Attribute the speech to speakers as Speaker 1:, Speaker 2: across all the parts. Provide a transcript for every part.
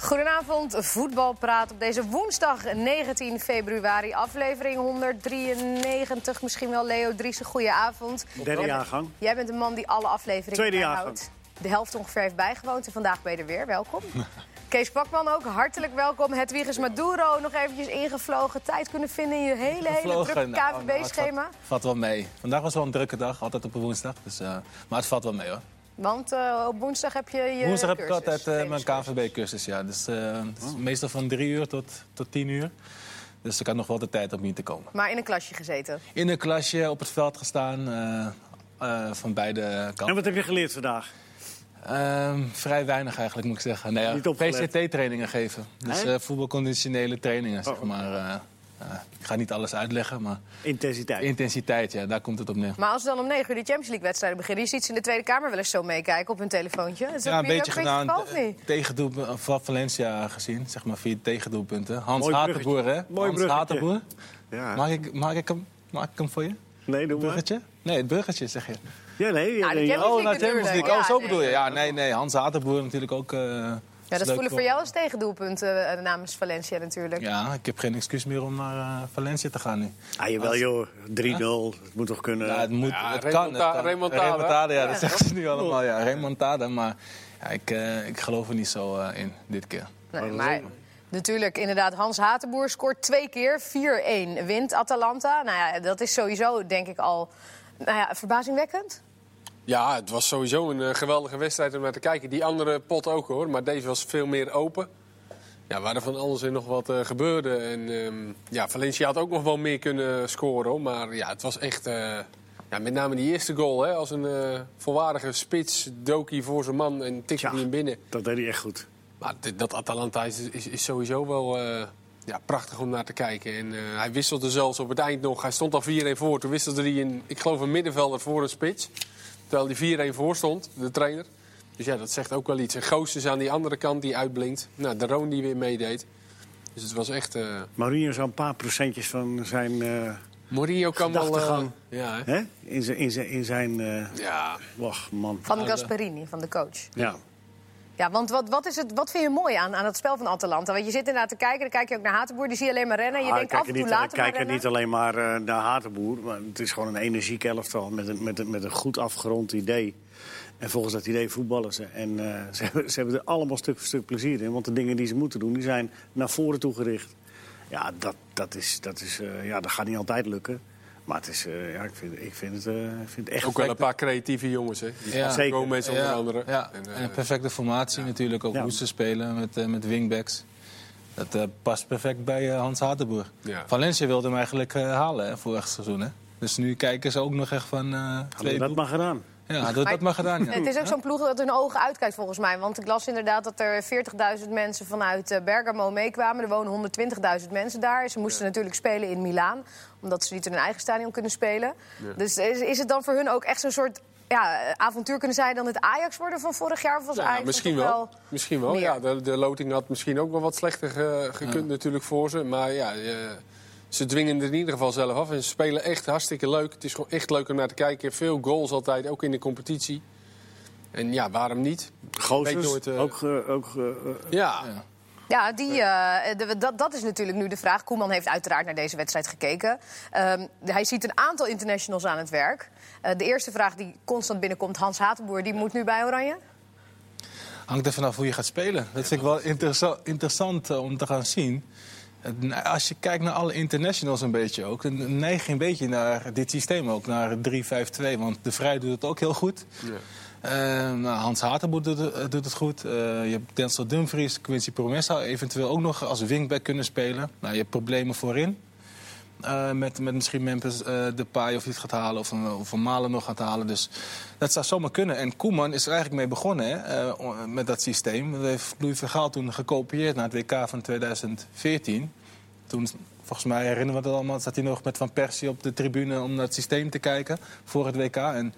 Speaker 1: Goedenavond, voetbalpraat op deze woensdag 19 februari, aflevering 193. Misschien wel Leo Driessen, goede avond.
Speaker 2: Derde jaargang.
Speaker 1: Jij bent een man die alle afleveringen
Speaker 2: Tweede
Speaker 1: bijhoudt.
Speaker 2: jaargang.
Speaker 1: De helft ongeveer heeft bijgewoond en vandaag ben je er weer. Welkom. Kees Pakman ook, hartelijk welkom. Hedwiges Maduro, nog eventjes ingevlogen. Tijd kunnen vinden in je hele, hele drukke
Speaker 3: Gevlogen. Nou, nou, het
Speaker 1: KVB-schema.
Speaker 3: Vat, vat wel mee. Vandaag was wel een drukke dag, altijd op een woensdag. Dus, eh, maar het valt wel mee hoor.
Speaker 1: Want eh, op woensdag heb je je
Speaker 3: Woensdag heb ik
Speaker 1: cursus,
Speaker 3: altijd eh, mijn
Speaker 1: trainingscursus.
Speaker 3: KVB-cursus. Ja. Dus, eh, het is meestal van drie uur tot, tot tien uur. Dus ik had nog wel de tijd om hier te komen.
Speaker 1: Maar in een klasje gezeten.
Speaker 3: In een klasje, op het veld gestaan, eh, eh, van beide
Speaker 2: En
Speaker 3: kanten.
Speaker 2: wat heb je geleerd vandaag?
Speaker 3: Ehm, vrij weinig eigenlijk, moet ik zeggen. Nee, eh, ja,
Speaker 2: Niet opgelet.
Speaker 3: PCT-trainingen geven. Dus
Speaker 2: Nee?
Speaker 3: eh, voetbalconditionele trainingen, zeg
Speaker 2: Oh.
Speaker 3: maar. eh, eh, ik ga niet alles uitleggen, maar
Speaker 2: Intensiteit.
Speaker 3: intensiteit, ja, daar komt het op neer.
Speaker 1: Maar als ze dan om 9 uur de Champions League wedstrijden beginnen, je ziet ze in de Tweede Kamer wel eens zo meekijken op hun telefoontje. Dat is
Speaker 3: Ja,
Speaker 1: ook
Speaker 3: een
Speaker 1: weer
Speaker 3: beetje
Speaker 1: ook
Speaker 3: gedaan.
Speaker 1: het geval, of niet?
Speaker 3: Eh, Tegendoelpunt eh, van Valencia gezien, zeg maar vier tegendoelpunten. Hans
Speaker 2: Mooi bruggetje.
Speaker 3: Hatenboer, hè?
Speaker 2: Mooi
Speaker 3: Hans
Speaker 2: bruggetje.
Speaker 3: Hatenboer.
Speaker 2: Ja.
Speaker 3: Maak ik, maak, ik hem, maak ik hem voor je?
Speaker 2: Nee, doe maar.
Speaker 3: Bruggetje? Nee, het bruggetje zeg je.
Speaker 2: Ja, nee. ja,
Speaker 1: Ah,
Speaker 2: nee,
Speaker 1: dat
Speaker 2: ja.
Speaker 1: jij-
Speaker 3: Oh,
Speaker 1: League
Speaker 3: naar
Speaker 1: natuurlijk.
Speaker 3: Champions League. Oh,
Speaker 1: Ja,
Speaker 3: zo
Speaker 1: nee.
Speaker 3: bedoel je. Ja, nee, nee. Hans Hatenboer natuurlijk ook. eh, is
Speaker 1: Ja, dat
Speaker 3: leuk
Speaker 1: voelen voor jou als tegendoelpunt eh, namens Valencia natuurlijk.
Speaker 3: Ja, ik heb geen excuus meer om naar eh, Valencia te gaan nu.
Speaker 2: Ah, jawel joh. 3-0. Het moet toch kunnen.
Speaker 3: Ja, het moet,
Speaker 4: Ja,
Speaker 3: het kan. Het
Speaker 4: remonta-
Speaker 3: kan.
Speaker 4: remontada.
Speaker 3: Remontada, ja, dat zeggen ze nu allemaal. Ja, remontada. Maar ja, ik, eh, ik geloof er niet zo eh, in, dit keer.
Speaker 1: Nee, maar natuurlijk, inderdaad, Hans Hatenboer scoort twee keer. 4-1 wint Atalanta. Nou ja, dat is sowieso denk ik al nou ja, verbazingwekkend.
Speaker 4: Ja, het was sowieso een eh, geweldige wedstrijd om naar te kijken. Die andere pot ook hoor, maar deze was veel meer open. Ja, waar er van alles en nog wat eh, gebeurde. En ehm, ja, Valencia had ook nog wel meer kunnen scoren. hoor. Maar ja, het was echt... eh, ja, met name die eerste goal, hè, als een eh, volwaardige spits dook hij voor zijn man en tikte
Speaker 2: Ja.
Speaker 4: hij hem binnen.
Speaker 2: Dat deed hij echt goed.
Speaker 4: Maar dit- dat Atalanta is, is, is sowieso wel eh, ja, prachtig om naar te kijken. En eh, hij wisselde zelfs op het eind nog. Hij stond al 4-1 voor. Toen wisselde hij, een, ik geloof, een middenvelder voor een spits. Terwijl hij 4-1 voor stond, de trainer. Dus ja, dat zegt ook wel iets. En Goos is aan die andere kant die uitblinkt. Nou, de Roon die weer meedeed. Dus het was echt... eh
Speaker 2: Mourinho zou een paar procentjes van zijn, eh,
Speaker 4: Mourinho kan wel... eh,
Speaker 2: Gedachtegang.
Speaker 4: ja, hè?
Speaker 2: hè? in zijn, in zijn, in zijn eh,
Speaker 4: ja,
Speaker 2: och, man.
Speaker 1: Van Gasperini, van de coach.
Speaker 2: Ja.
Speaker 1: Ja, want wat, wat, is het, wat vind je mooi aan, aan het spel van Atalanta? Want je zit inderdaad te kijken, dan kijk je ook naar Hatenboer, die zie je alleen maar rennen. Je
Speaker 2: Ah,
Speaker 1: denkt
Speaker 2: kijk
Speaker 1: af
Speaker 2: er
Speaker 1: en toe
Speaker 2: niet,
Speaker 1: later maar
Speaker 2: kijk er
Speaker 1: rennen.
Speaker 2: niet alleen maar eh, naar Hatenboer. Maar het is gewoon een energiek elftal met een, met een, met een goed afgerond idee. En volgens dat idee voetballen ze. En eh, ze, hebben, ze hebben er allemaal stuk voor stuk plezier in. Want de dingen die ze moeten doen, die zijn naar voren toegericht. Ja, dat, dat, is, dat, is, eh, ja, dat gaat niet altijd lukken. Maar het is, eh, ja, ik, vind, ik vind het, eh, ik vind het echt...
Speaker 4: ook wel een paar creatieve jongens, hè. Die
Speaker 3: Ja.
Speaker 2: Zeker.
Speaker 4: Gomez onder
Speaker 3: ja,
Speaker 4: andere.
Speaker 3: Ja. En,
Speaker 4: En, eh,
Speaker 3: een perfecte formatie natuurlijk, ook
Speaker 2: Ja.
Speaker 3: hoe ze spelen met, eh, met wingbacks. Dat eh, past perfect bij eh, Hans Hatenboer.
Speaker 4: Ja.
Speaker 3: Valencia wilde hem eigenlijk eh, halen hè, vorig seizoen. Hè? Dus nu kijken ze ook nog echt van eh,
Speaker 2: Hadden
Speaker 3: twee
Speaker 2: we dat
Speaker 3: doel-
Speaker 2: maar gedaan.
Speaker 3: Ja, hadden we dat maar gedaan. Ja.
Speaker 1: Het is ook zo'n ploeg dat hun ogen uitkijkt volgens mij. Want ik las inderdaad dat er 40.000 mensen vanuit eh, Bergamo meekwamen. Er wonen 120.000 mensen daar. Ze moesten natuurlijk spelen in Milaan. Omdat ze niet in hun eigen stadion kunnen spelen. Dus is, is het dan voor hun ook echt zo'n soort ja, avontuur kunnen zijn... dan het Ajax worden van vorig jaar? Of was
Speaker 4: Ja,
Speaker 1: Ajax
Speaker 4: Nou, misschien
Speaker 1: toch
Speaker 4: wel. Misschien wel.
Speaker 1: meer.
Speaker 4: Ja, de, de loting had misschien ook wel wat slechter ge- gekund natuurlijk voor ze. Maar ja, eh, ze dwingen het in ieder geval zelf af. En ze spelen echt hartstikke leuk. Het is gewoon echt leuk om naar te kijken. Veel goals altijd, ook in de competitie. En ja, waarom niet?
Speaker 2: Gozers,
Speaker 4: Weet nooit, eh,
Speaker 2: ook, eh, ook eh, eh,
Speaker 4: Ja,
Speaker 1: Ja, die, eh, de- dat, dat is natuurlijk nu de vraag. Koeman heeft uiteraard naar deze wedstrijd gekeken. Ehm, de- hij ziet een aantal internationals aan het werk. Eh, de eerste vraag die constant binnenkomt, Hans Hatenboer, die moet nu bij Oranje.
Speaker 3: Hangt er vanaf hoe je gaat spelen. Dat vind ik wel interessa- interessant eh, om te gaan zien. Het ne- Als je kijkt naar alle internationals een beetje ook, dan neig je een beetje naar dit systeem ook, naar 3-5-2. Want de Vrij doet het ook heel goed. Eh, nou, Hans Hatenboer doet, het- eh, doet het goed. Eh, je hebt Denzel Dumfries, Quincy Promes zou eventueel ook nog als wingback kunnen spelen. Nou, je hebt problemen voorin. Eh, met, met misschien Memphis eh Depay of iets gaat halen. Of een, of een Malen nog gaat halen. Dus dat zou zomaar kunnen. En Koeman is er eigenlijk mee begonnen hè, eh, o- met dat systeem. Dat heeft Louis van Gaal toen gekopieerd naar het WK van 2014. Toen, volgens mij herinneren we dat allemaal, zat hij nog met Van Persie op de tribune om naar het systeem te kijken voor het WK. En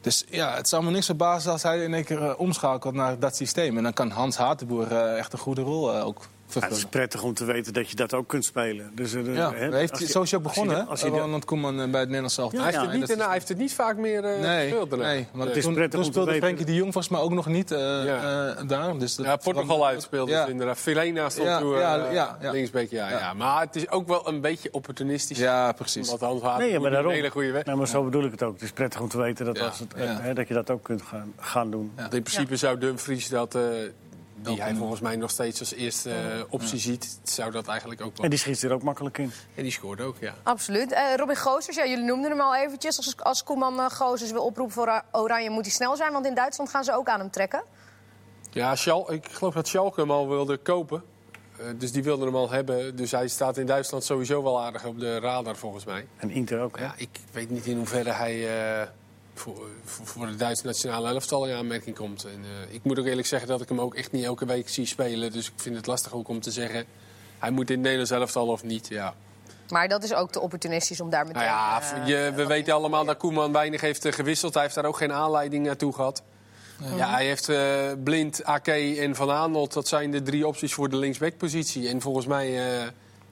Speaker 3: dus ja, het zou me niks verbazen als hij in één keer eh, omschakelt naar dat systeem. En dan kan Hans Hatenboer eh, echt een goede rol eh, ook
Speaker 2: het is
Speaker 3: vervullen.
Speaker 2: prettig om te weten dat je dat ook kunt spelen. Dus, eh,
Speaker 3: Ja,
Speaker 2: hè,
Speaker 3: daar heeft
Speaker 2: als
Speaker 3: hij,
Speaker 2: je-
Speaker 3: zo is hij ook
Speaker 2: als je
Speaker 3: begonnen,
Speaker 2: dat-
Speaker 3: hè?
Speaker 2: als je dat-
Speaker 3: Ronald Koeman eh, bij het Nederlands zelf.
Speaker 4: hij, heeft het
Speaker 2: en
Speaker 4: niet,
Speaker 2: dat
Speaker 4: daarna- hij heeft het niet vaak meer eh,
Speaker 3: nee,
Speaker 4: gespeeld daarna.
Speaker 3: nee, want
Speaker 2: Het is
Speaker 3: toen,
Speaker 2: prettig
Speaker 3: toen
Speaker 2: om te
Speaker 3: speelde
Speaker 2: weten.
Speaker 3: Frenkie de Jong volgens mij ook nog niet eh,
Speaker 4: Ja.
Speaker 3: eh, daar. Dus dat,
Speaker 4: Ja, Portugal uit speelde
Speaker 3: Ja.
Speaker 4: ze inderdaad. Filena stond
Speaker 3: Ja,
Speaker 4: toe, eh,
Speaker 3: ja, ja, ja.
Speaker 4: linksback. Ja, ja.
Speaker 3: Ja.
Speaker 4: Maar het is ook wel een beetje opportunistisch.
Speaker 3: Ja, precies.
Speaker 4: Want Hans Haat
Speaker 2: Nee, ja, maar
Speaker 4: een
Speaker 2: daarom.
Speaker 4: hele goede weg.
Speaker 2: Nou, maar zo bedoel ik het ook. Het is prettig om te weten dat,
Speaker 4: Ja,
Speaker 2: als het, eh,
Speaker 3: ja.
Speaker 2: hè, dat je dat ook kunt gaan, gaan doen.
Speaker 4: Want in principe zou Dumfries dat... eh, die hij volgens mij nog steeds als eerste eh, optie ziet, zou dat eigenlijk ook wel.
Speaker 2: En die schiet er ook makkelijk in.
Speaker 4: En die scoorde ook, ja.
Speaker 1: Absoluut. Eh, Robin Gozers, ja, jullie noemden hem al eventjes. Als, als Koeman eh, Gozers wil oproepen voor Ora- Oranje, moet hij snel zijn. Want in Duitsland gaan ze ook aan hem trekken.
Speaker 4: Ja, Schal, ik geloof dat Schalke hem al wilde kopen. Eh, dus die wilde hem al hebben. Dus hij staat in Duitsland sowieso wel aardig op de radar, volgens mij.
Speaker 2: En Inter ook. hè.
Speaker 4: Ja, ik weet niet in hoeverre hij eh, voor, voor, voor de Duitse nationale elftal in aanmerking komt. En, eh, ik moet ook eerlijk zeggen dat ik hem ook echt niet elke week zie spelen. Dus ik vind het lastig ook om te zeggen... hij moet in het Nederlands elftal of niet, ja.
Speaker 1: Maar dat is ook te opportunistisch om daar meteen...
Speaker 4: Nou ja,
Speaker 1: eh,
Speaker 4: je, we weten allemaal dat Koeman weinig heeft eh, gewisseld. Hij heeft daar ook geen aanleiding naartoe gehad. Ja. hij heeft eh, Blind, AK en Van Aanholt. Dat zijn de drie opties voor de linksbackpositie. En volgens mij eh,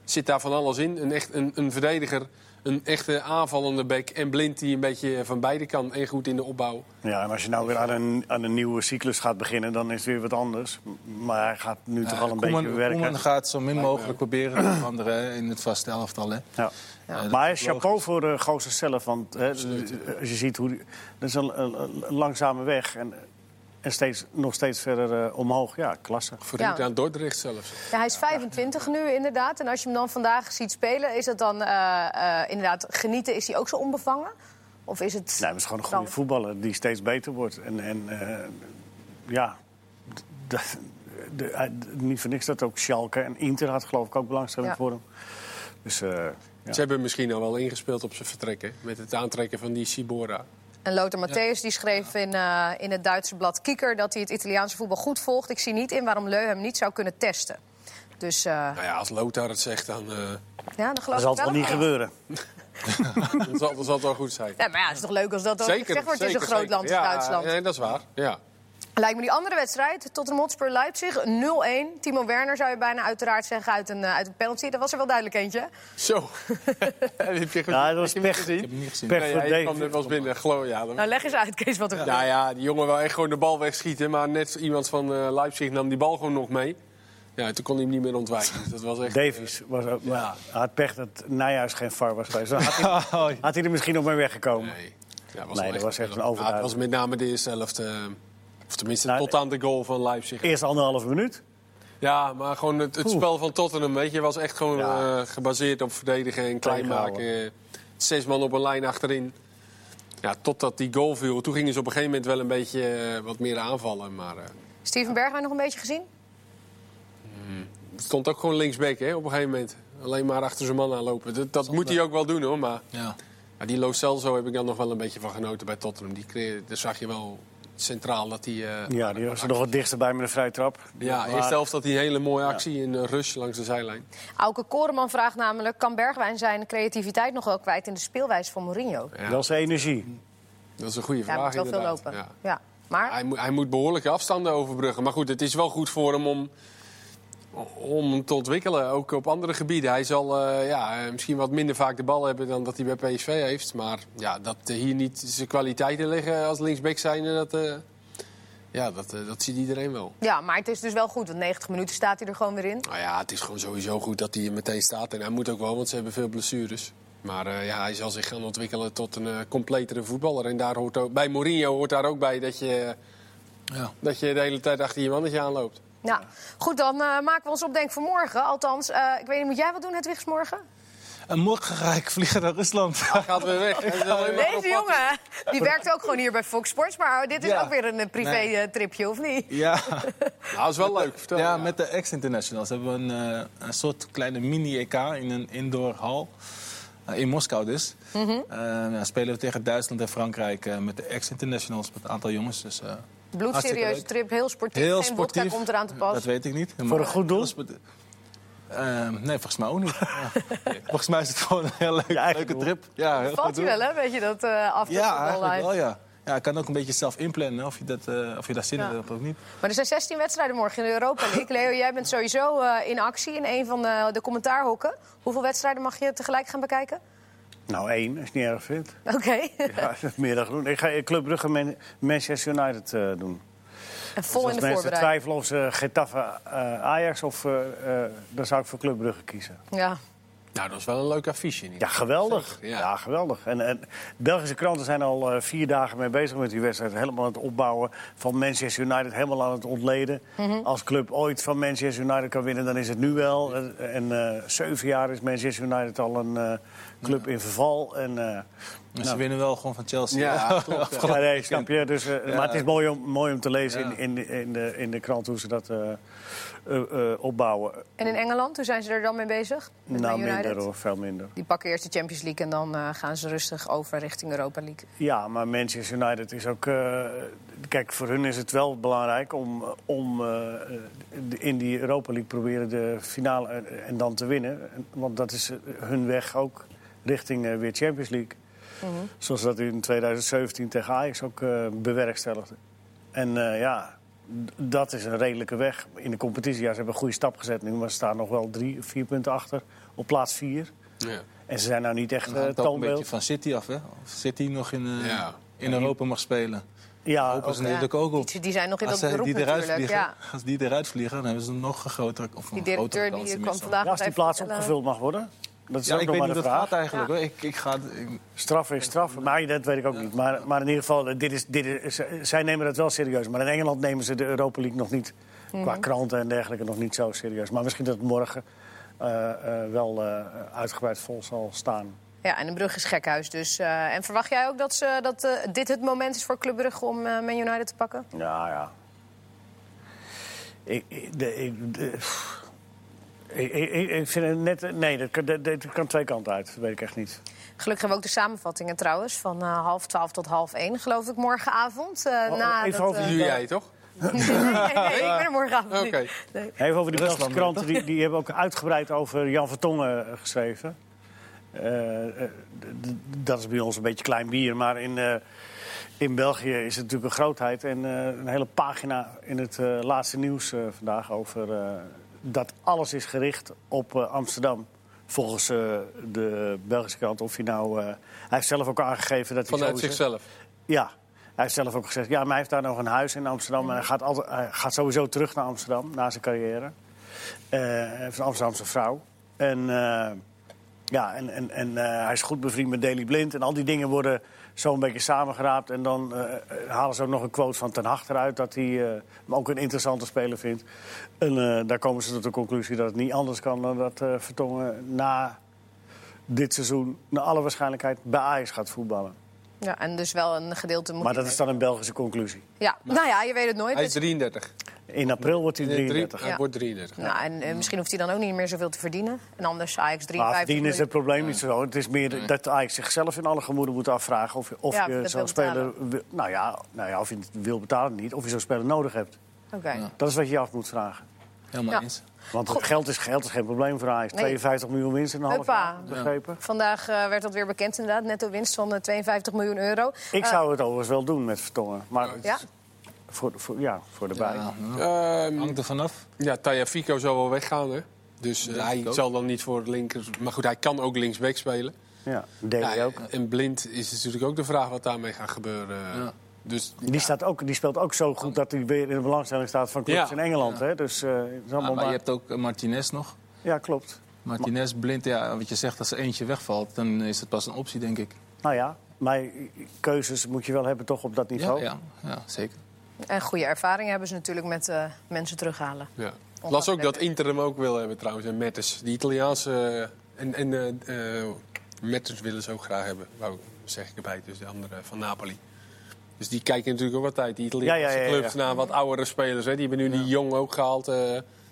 Speaker 4: zit daar van alles in. Een, echt, een, een verdediger, een echte aanvallende back. En Blind die een beetje eh, van beide kan en goed in de opbouw.
Speaker 2: Ja, en als je nou weer aan een, aan een nieuwe cyclus gaat beginnen, dan is het weer wat anders. M- Maar hij gaat nu toch al een
Speaker 3: Koeman,
Speaker 2: beetje werken.
Speaker 3: Koeman gaat zo min mogelijk proberen te veranderen hè, in het vaste elftal. Hè.
Speaker 2: Ja.
Speaker 3: Ja, dat
Speaker 2: maar
Speaker 3: is
Speaker 2: chapeau voor de gozer zelf, want hè, als je ziet hoe... die- Dat is een, een- een langzame weg en, en steeds, nog steeds verder eh, omhoog. Ja, klasse.
Speaker 4: Vooruit
Speaker 1: Ja.
Speaker 4: aan Dordrecht zelfs.
Speaker 1: Ja, hij is 25 nu inderdaad. En als je hem dan vandaag ziet spelen, is dat dan eh, eh, inderdaad genieten? Is hij ook zo onbevangen? Of is het...
Speaker 2: Nee, maar het is gewoon een goede
Speaker 1: Dan-
Speaker 2: voetballer die steeds beter wordt. En, en eh, ja, d- dat- de, hij- d- niet voor niks dat ook Schalke en Inter had geloof ik ook belangstelling
Speaker 1: Ja.
Speaker 2: voor hem. Dus eh, ja.
Speaker 4: Ze hebben misschien al wel ingespeeld op zijn vertrek. hè, Met het aantrekken van die Sibora.
Speaker 1: En Lothar Matthäus die schreef in, eh, in het Duitse blad Kikker dat hij het Italiaanse voetbal goed volgt. Ik zie niet in waarom Leu hem niet zou kunnen testen. Dus eh,
Speaker 4: Nou ja, als Lothar het zegt, dan eh,
Speaker 1: ja, dan geloof
Speaker 2: dat
Speaker 1: ik
Speaker 2: zal toch
Speaker 1: wel
Speaker 2: niet
Speaker 1: een-
Speaker 2: gebeuren.
Speaker 4: dan zal, dan zal het wel goed zijn.
Speaker 1: Ja, maar ja, het is toch leuk als dat ook
Speaker 4: Zeker,
Speaker 1: gezegd wordt in
Speaker 4: zeker,
Speaker 1: zo'n groot
Speaker 4: zeker.
Speaker 1: land als
Speaker 4: Ja, eh.
Speaker 1: Duitsland.
Speaker 4: Nee, dat is waar. Ja.
Speaker 1: Lijkt me die andere wedstrijd, Tottenham Hotspur Leipzig 0-1. Timo Werner zou je bijna uiteraard zeggen uit een, eh, uit een penalty. Dat was er wel duidelijk eentje.
Speaker 4: Zo. heb je goed,
Speaker 2: Ja, dat Nou, was pech.
Speaker 4: heb je hem
Speaker 3: Ik heb
Speaker 4: gezien?
Speaker 3: hem niet gezien.
Speaker 2: Per-
Speaker 4: Nee,
Speaker 2: voor
Speaker 4: hij
Speaker 2: Dave.
Speaker 4: kwam net wel eens binnen. Geloof, ja, dat-
Speaker 1: Nou, leg eens uit, Kees, wat er
Speaker 4: nou ja, die jongen wil echt gewoon de bal wegschieten. Maar net iemand van eh, Leipzig nam die bal gewoon nog mee. Ja, toen kon hij hem niet meer ontwijken. Dus dat was echt...
Speaker 2: Davies was ook, maar had pech dat Nijhuis geen VAR was geweest. Dan had hij,
Speaker 3: Oh,
Speaker 2: had hij er misschien nog mee weggekomen.
Speaker 4: Nee, ja,
Speaker 2: Nee,
Speaker 4: wel
Speaker 2: dat was echt een
Speaker 4: Ja, het
Speaker 2: overduiding.
Speaker 4: was met name de eerste helft. eh, of tenminste,
Speaker 2: Nou,
Speaker 4: tot aan de goal van Leipzig.
Speaker 2: Eerst anderhalve minuut.
Speaker 4: Ja, maar gewoon het, het spel van Tottenham, weet je, was echt gewoon
Speaker 2: Ja.
Speaker 4: eh, gebaseerd op verdedigen en klein
Speaker 2: Tegenhouden.
Speaker 4: maken. Eh, Zes man op een lijn achterin. Ja, totdat die goal viel. Toen gingen ze op een gegeven moment wel een beetje eh, wat meer aanvallen. Maar eh,
Speaker 1: Steven Bergwijn nog een beetje gezien?
Speaker 4: het stond ook gewoon linksback hè, op een gegeven moment. Alleen maar achter zijn man aanlopen. Dat, dat moet hij ook wel doen hoor. Maar
Speaker 3: Ja.
Speaker 4: ja, die Lo Celso heb ik dan nog wel een beetje van genoten bij Tottenham. Die creë- daar zag je wel centraal dat hij... eh,
Speaker 2: Ja, die was er nog wat dichterbij met een vrije trap.
Speaker 4: ja,
Speaker 2: Maar-
Speaker 4: eerst helft had hij een hele mooie actie in een rush langs de zijlijn.
Speaker 1: Auke Koreman vraagt namelijk... kan Bergwijn zijn creativiteit nog wel kwijt in de speelwijze van Mourinho?
Speaker 4: Ja.
Speaker 2: Dat is energie.
Speaker 4: Dat is een goede
Speaker 1: Daar
Speaker 4: vraag
Speaker 1: moet wel veel
Speaker 4: inderdaad.
Speaker 1: lopen.
Speaker 4: Ja.
Speaker 1: Ja. Maar
Speaker 4: Hij moet, hij moet behoorlijke afstanden overbruggen. Maar goed, het is wel goed voor hem om, om te ontwikkelen. Ook op andere gebieden. Hij zal eh, ja, eh, misschien wat minder vaak de bal hebben dan dat hij bij PSV heeft. Maar ja, dat eh, hier niet zijn kwaliteiten liggen als linksback zijn. Dat, eh, ja, dat, eh, dat ziet iedereen wel.
Speaker 1: ja, maar het is dus wel goed, want 90 minuten staat hij er gewoon weer in.
Speaker 4: Nou ja, het is gewoon sowieso goed dat hij er meteen staat. En hij moet ook wel, want ze hebben veel blessures. Maar eh, ja, hij zal zich gaan ontwikkelen tot een eh, completere voetballer. En daar hoort ook, bij Mourinho hoort daar ook bij dat je,
Speaker 3: Ja.
Speaker 4: dat je de hele tijd achter je mannetje aanloopt.
Speaker 1: Ja. Goed, dan eh, maken we ons op denk voor morgen. Althans, eh, ik weet niet, moet jij wat doen, Hedwigs, morgen?
Speaker 3: En morgen ga ik vliegen naar Rusland.
Speaker 4: Hij gaat weer weg. Hij is alleen maar op
Speaker 1: Deze
Speaker 4: pad.
Speaker 1: jongen, die werkt ook gewoon hier bij Fox Sports. Maar dit is
Speaker 3: Ja.
Speaker 1: ook weer een eh, privé
Speaker 3: Nee.
Speaker 1: eh, tripje, of niet?
Speaker 3: ja.
Speaker 4: Nou, is wel leuk. Vertel.
Speaker 3: Ja, met de ex-internationals hebben we een, eh, een soort kleine mini-EK in een indoor hal. Eh, in Moskou dus.
Speaker 1: Mhm.
Speaker 3: Eh, nou, spelen we tegen Duitsland en Frankrijk eh, met de ex-internationals, met een aantal jongens. Dus, eh, hartstikke
Speaker 1: Bloedserieuze
Speaker 3: leuk.
Speaker 1: trip, heel sportief.
Speaker 3: Heel
Speaker 1: Geen
Speaker 3: sportief.
Speaker 1: vodka komt eraan te pas.
Speaker 3: Dat weet ik niet.
Speaker 2: Voor een goed doel?
Speaker 3: Ehm, nee, volgens mij ook niet. Ja. Volgens mij is het gewoon een heel leuk,
Speaker 2: eigen
Speaker 3: leuke
Speaker 2: doel.
Speaker 3: trip. Ja, heel goed
Speaker 1: Valt je
Speaker 3: doel.
Speaker 1: wel, hè? Weet je dat eh af en toe
Speaker 3: Ja,
Speaker 1: voetbal
Speaker 3: eigenlijk
Speaker 1: live.
Speaker 3: wel, ja. Ja, je kan ook een beetje zelf inplannen of je, dat, eh, of je daar zin in
Speaker 1: Ja.
Speaker 3: hebt of niet.
Speaker 1: Maar er zijn 16 wedstrijden morgen in de Europa League. Leo, jij bent sowieso eh, in actie in een van eh, de, de commentaarhokken. Hoeveel wedstrijden mag je tegelijk gaan bekijken?
Speaker 2: Nou, één, als je het niet erg vindt.
Speaker 1: Oké.
Speaker 2: Ja, dat is meer dan genoeg. Ik ga Club Brugge Man- Manchester United eh, doen. Dus
Speaker 1: En vol
Speaker 2: als
Speaker 1: in de
Speaker 2: mensen
Speaker 1: voorbereiding.
Speaker 2: twijfelen of ze Getafe eh, Ajax of... eh, eh, dan zou ik voor Club Brugge kiezen.
Speaker 1: Ja.
Speaker 4: Nou, dat is wel een leuk affiche. niet?
Speaker 2: Ja, geweldig.
Speaker 4: Zeker,
Speaker 2: Ja.
Speaker 4: ja.
Speaker 2: geweldig. En, en Belgische kranten zijn al eh, vier dagen mee bezig met die wedstrijd. Helemaal aan het opbouwen van Manchester United. Helemaal aan het ontleden.
Speaker 1: Mhm.
Speaker 2: Als club ooit van Manchester United kan winnen, dan is het nu wel. En, en, eh, zeven jaar is Manchester United al een eh, club in verval. En, eh,
Speaker 3: Maar ze winnen wel gewoon van Chelsea.
Speaker 4: Ja, klopt, ja.
Speaker 2: ja, nee, snap je. Dus, eh, Maar het is mooi om, mooi om te lezen
Speaker 3: Ja.
Speaker 2: in, in, in, de, in de krant hoe ze dat eh, eh, eh, opbouwen.
Speaker 1: En in Engeland, hoe zijn ze er dan mee bezig? Met
Speaker 2: nou,
Speaker 1: Man United?
Speaker 2: minder hoor, veel minder.
Speaker 1: Die pakken eerst de Champions League en dan eh, gaan ze rustig over richting Europa League.
Speaker 2: Ja, maar Manchester United is ook. eh, kijk, voor hun is het wel belangrijk om, om eh, de- in die Europa League proberen de finale eh, en dan te winnen. En- Want dat is eh, hun weg ook richting eh, weer Champions League. Zoals ze dat in 2017 tegen Ajax ook eh bewerkstelligden. En eh, ja, d- dat is een redelijke weg. In de competitie, ja, ze hebben een goede stap gezet nu, maar ze staan nog wel drie, vier punten achter op plaats vier.
Speaker 4: Ja.
Speaker 2: En ze zijn nou niet echt
Speaker 3: Dan
Speaker 2: eh
Speaker 3: hangt het ook een beetje
Speaker 2: toonbeeld.
Speaker 3: van City af, hè? Of City nog in, eh,
Speaker 4: Ja.
Speaker 3: in Europa mag spelen.
Speaker 2: Ja,
Speaker 3: Hopen ze
Speaker 2: ook-
Speaker 3: natuurlijk ook op.
Speaker 1: Die, die zijn nog in
Speaker 3: Als
Speaker 1: dat
Speaker 3: ze
Speaker 1: beroep
Speaker 3: die eruit,
Speaker 1: natuurlijk.
Speaker 3: vliegen, Oh,
Speaker 1: Ja.
Speaker 3: als die eruit vliegen, dan hebben ze een nog grotere of
Speaker 1: Die
Speaker 3: een grotere
Speaker 1: directeur die
Speaker 3: kans
Speaker 1: kwam
Speaker 3: tenminste.
Speaker 1: vandaag
Speaker 2: Ja, als die
Speaker 1: nog even eh,
Speaker 2: plaats
Speaker 1: vertellen.
Speaker 2: opgevuld mag worden. Dat is
Speaker 3: Ja,
Speaker 2: ook
Speaker 3: ik
Speaker 2: nog
Speaker 3: weet
Speaker 2: maar
Speaker 3: niet
Speaker 2: de
Speaker 3: hoe dat
Speaker 2: vraag.
Speaker 3: gaat eigenlijk. hoor. Ik, ik ga, ik-
Speaker 2: Straf is straf. Maar dat weet ik ook niet. Maar, maar in ieder geval, eh, dit is, dit is, eh, zij nemen dat wel serieus. Maar in Engeland nemen ze de Europa League nog niet... qua kranten en dergelijke nog niet zo serieus. Maar misschien dat het morgen eh, eh, wel eh, uitgebreid vol zal staan.
Speaker 1: Ja, en de brug is gekhuis dus. eh, en verwacht jij ook dat, ze, dat eh, dit het moment is voor Club Brugge om eh, Man United te pakken?
Speaker 2: Ja, ja. Ik, ik, de- ik, de- pff. ik, ik, ik vind het net... Nee, dat kan, dat, dat kan twee kanten uit. Dat weet ik echt niet.
Speaker 1: Gelukkig hebben we ook de samenvattingen trouwens. Van eh, half twaalf tot half één, geloof ik, morgenavond. eh,
Speaker 2: oh,
Speaker 1: na
Speaker 2: even
Speaker 1: dat,
Speaker 2: over
Speaker 1: eh,
Speaker 2: die-
Speaker 4: Nu jij, toch?
Speaker 1: nee, nee, ik ben er morgenavond niet.
Speaker 4: Oké.
Speaker 1: Nee.
Speaker 2: Even over die Belgische
Speaker 3: Rusland,
Speaker 2: kranten. Die, die hebben ook uitgebreid over Jan Vertongen eh, geschreven. Eh, eh, d- d- dat is bij ons een beetje klein bier. Maar in, eh, in België is het natuurlijk een grootheid. En eh, een hele pagina in het eh, laatste nieuws eh, vandaag over... eh, dat alles is gericht op eh, Amsterdam. Volgens eh, de Belgische krant. Of hij nou... eh, hij heeft zelf ook aangegeven dat hij
Speaker 4: Vanuit
Speaker 2: sowieso-
Speaker 4: zichzelf.
Speaker 2: ja, hij heeft zelf ook gezegd, ja, maar hij heeft daar nog een huis in Amsterdam. En hij gaat, altijd, hij gaat sowieso terug naar Amsterdam, na zijn carrière. Eh, hij heeft een Amsterdamse vrouw. En, eh, ja, en, en, en eh, hij is goed bevriend met Daily Blind. En al die dingen worden zo'n beetje samengeraapt. En dan eh, eh, halen ze ook nog een quote van Ten Hag eruit... dat hij eh, hem ook een interessante speler vindt. En eh, daar komen ze tot de conclusie dat het niet anders kan... dan dat eh, Vertongen na dit seizoen... naar alle waarschijnlijkheid bij Ajax gaat voetballen.
Speaker 1: Ja, en dus wel een gedeelte moet
Speaker 2: Maar
Speaker 1: hij
Speaker 2: dat is dan een Belgische conclusie.
Speaker 1: mee. Ja, nou ja, je weet het nooit.
Speaker 4: Hij is
Speaker 1: Dus-
Speaker 4: 33.
Speaker 2: In april wordt hij
Speaker 4: Drie-
Speaker 2: 33.
Speaker 1: Ja.
Speaker 4: Hij wordt 33.
Speaker 1: nou, en eh, misschien hoeft hij dan ook niet meer zoveel te verdienen. En anders Ajax
Speaker 2: Maar
Speaker 1: 53
Speaker 2: verdienen is het
Speaker 1: miljoen.
Speaker 2: probleem niet zo. Het is meer dat Ajax zichzelf in alle gemoeden moet afvragen... of, of
Speaker 1: Ja, of je
Speaker 2: je
Speaker 1: dat
Speaker 2: zo'n
Speaker 1: wil
Speaker 2: speler... wil- nou, ja, nou ja, of je het wil betalen of niet. Of je zo'n speler nodig hebt.
Speaker 1: Oké.
Speaker 2: Dat is wat je je af moet vragen.
Speaker 3: helemaal
Speaker 1: Ja.
Speaker 3: eens.
Speaker 2: Want het geld is, geld is geen probleem voor Ajax.
Speaker 1: Nee.
Speaker 2: 52 miljoen winst in een half
Speaker 1: Huppa.
Speaker 2: jaar, begrepen.
Speaker 1: Vandaag eh, werd dat weer bekend inderdaad. Netto winst van eh, 52 miljoen euro. Eh,
Speaker 2: Ik zou het overigens wel doen met Vertongen. Maar
Speaker 1: Ja?
Speaker 2: voor, voor, ja, voor de bij.
Speaker 3: Ja,
Speaker 4: Ehm,
Speaker 3: hangt er vanaf.
Speaker 4: Ja, Taya Fico zal wel weggaan, hè? Dus eh,
Speaker 3: Denk
Speaker 4: hij
Speaker 3: ik ook.
Speaker 4: zal dan niet voor het linker... Maar goed, hij kan ook linksback spelen.
Speaker 2: Ja. Deli
Speaker 4: Ja,
Speaker 2: ook.
Speaker 4: En blind is natuurlijk ook de vraag wat daarmee gaat gebeuren.
Speaker 3: Ja.
Speaker 4: Dus
Speaker 2: Die, staat ook, die speelt ook zo goed dat hij weer in de belangstelling staat van clubs
Speaker 4: Ja.
Speaker 2: in Engeland. Hè? Dus eh, het is allemaal
Speaker 3: maar je
Speaker 2: maar-
Speaker 3: hebt ook eh, Martinez nog.
Speaker 2: Ja, klopt.
Speaker 3: Martinez, blind, ja, wat je zegt, als er eentje wegvalt, dan is het pas een optie, denk ik.
Speaker 2: Nou ja, maar keuzes moet je wel hebben toch op dat
Speaker 3: Ja,
Speaker 2: niveau.
Speaker 3: ja, ja zeker.
Speaker 1: En goede ervaring hebben ze natuurlijk met eh, mensen terughalen.
Speaker 4: ja. Las ook dat Inter hem ook wil hebben trouwens. En Mertens. Die Italiaanse... eh, en en eh, eh, Mertens willen ze ook graag hebben. Wou, ik- zeg ik erbij. Dus de andere van Napoli. Dus die kijken natuurlijk ook wat tijd. Die Italiaanse
Speaker 2: Ja, ja, ja, ja, ja.
Speaker 4: clubs naar wat oudere spelers. Hè? Die hebben nu die jong ook gehaald. eh.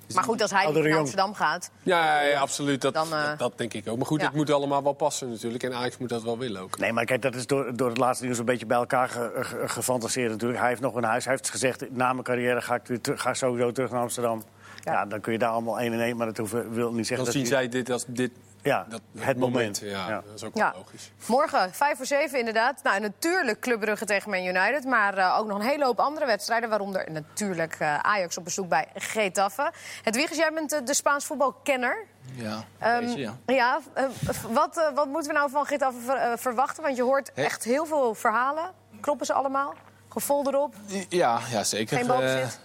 Speaker 4: Dus
Speaker 1: Maar goed, als hij niet
Speaker 2: Oudere
Speaker 1: naar
Speaker 2: jong.
Speaker 1: Amsterdam gaat.
Speaker 4: Ja, ja, ja, absoluut. Dat,
Speaker 1: Dan, eh,
Speaker 4: dat, dat denk ik ook. Maar goed,
Speaker 1: ja.
Speaker 4: het moet allemaal wel passen natuurlijk. En Ajax moet dat wel willen ook.
Speaker 2: Nee, maar kijk, dat is door, door het laatste nieuws een beetje bij elkaar ge- ge- gefantaseerd natuurlijk. Hij heeft nog een huis. Hij heeft gezegd, na mijn carrière ga ik weer terug, ga sowieso terug naar Amsterdam. Ja.
Speaker 1: Ja.
Speaker 2: dan kun je daar allemaal één en één. Maar dat hoeft, wil niet zeggen
Speaker 4: Dan
Speaker 2: dat
Speaker 4: zien
Speaker 2: hij-
Speaker 4: zij dit als dit
Speaker 2: Ja,
Speaker 4: Dat, dat
Speaker 2: het moment.
Speaker 4: Ja,
Speaker 2: Ja.
Speaker 4: dat is ook
Speaker 1: Ja.
Speaker 4: wel logisch.
Speaker 1: Morgen, vijf voor zeven inderdaad. Nou, en natuurlijk Club Brugge tegen Man United. Maar eh, ook nog een hele hoop andere wedstrijden. Waaronder natuurlijk eh, Ajax op bezoek bij Getafe. Hedwiges, jij bent eh, de Spaans voetbalkenner.
Speaker 3: Ja,
Speaker 1: Ehm,
Speaker 3: weet je, ja.
Speaker 1: ja, eh, v- wat, eh, wat moeten we nou van Getafe ver- eh, verwachten? Want je hoort
Speaker 3: Hè?
Speaker 1: echt heel veel verhalen. Kloppen ze allemaal? Gevoel erop?
Speaker 3: Ja, ja, zeker.
Speaker 1: Geen
Speaker 3: Eh,
Speaker 1: balbezit?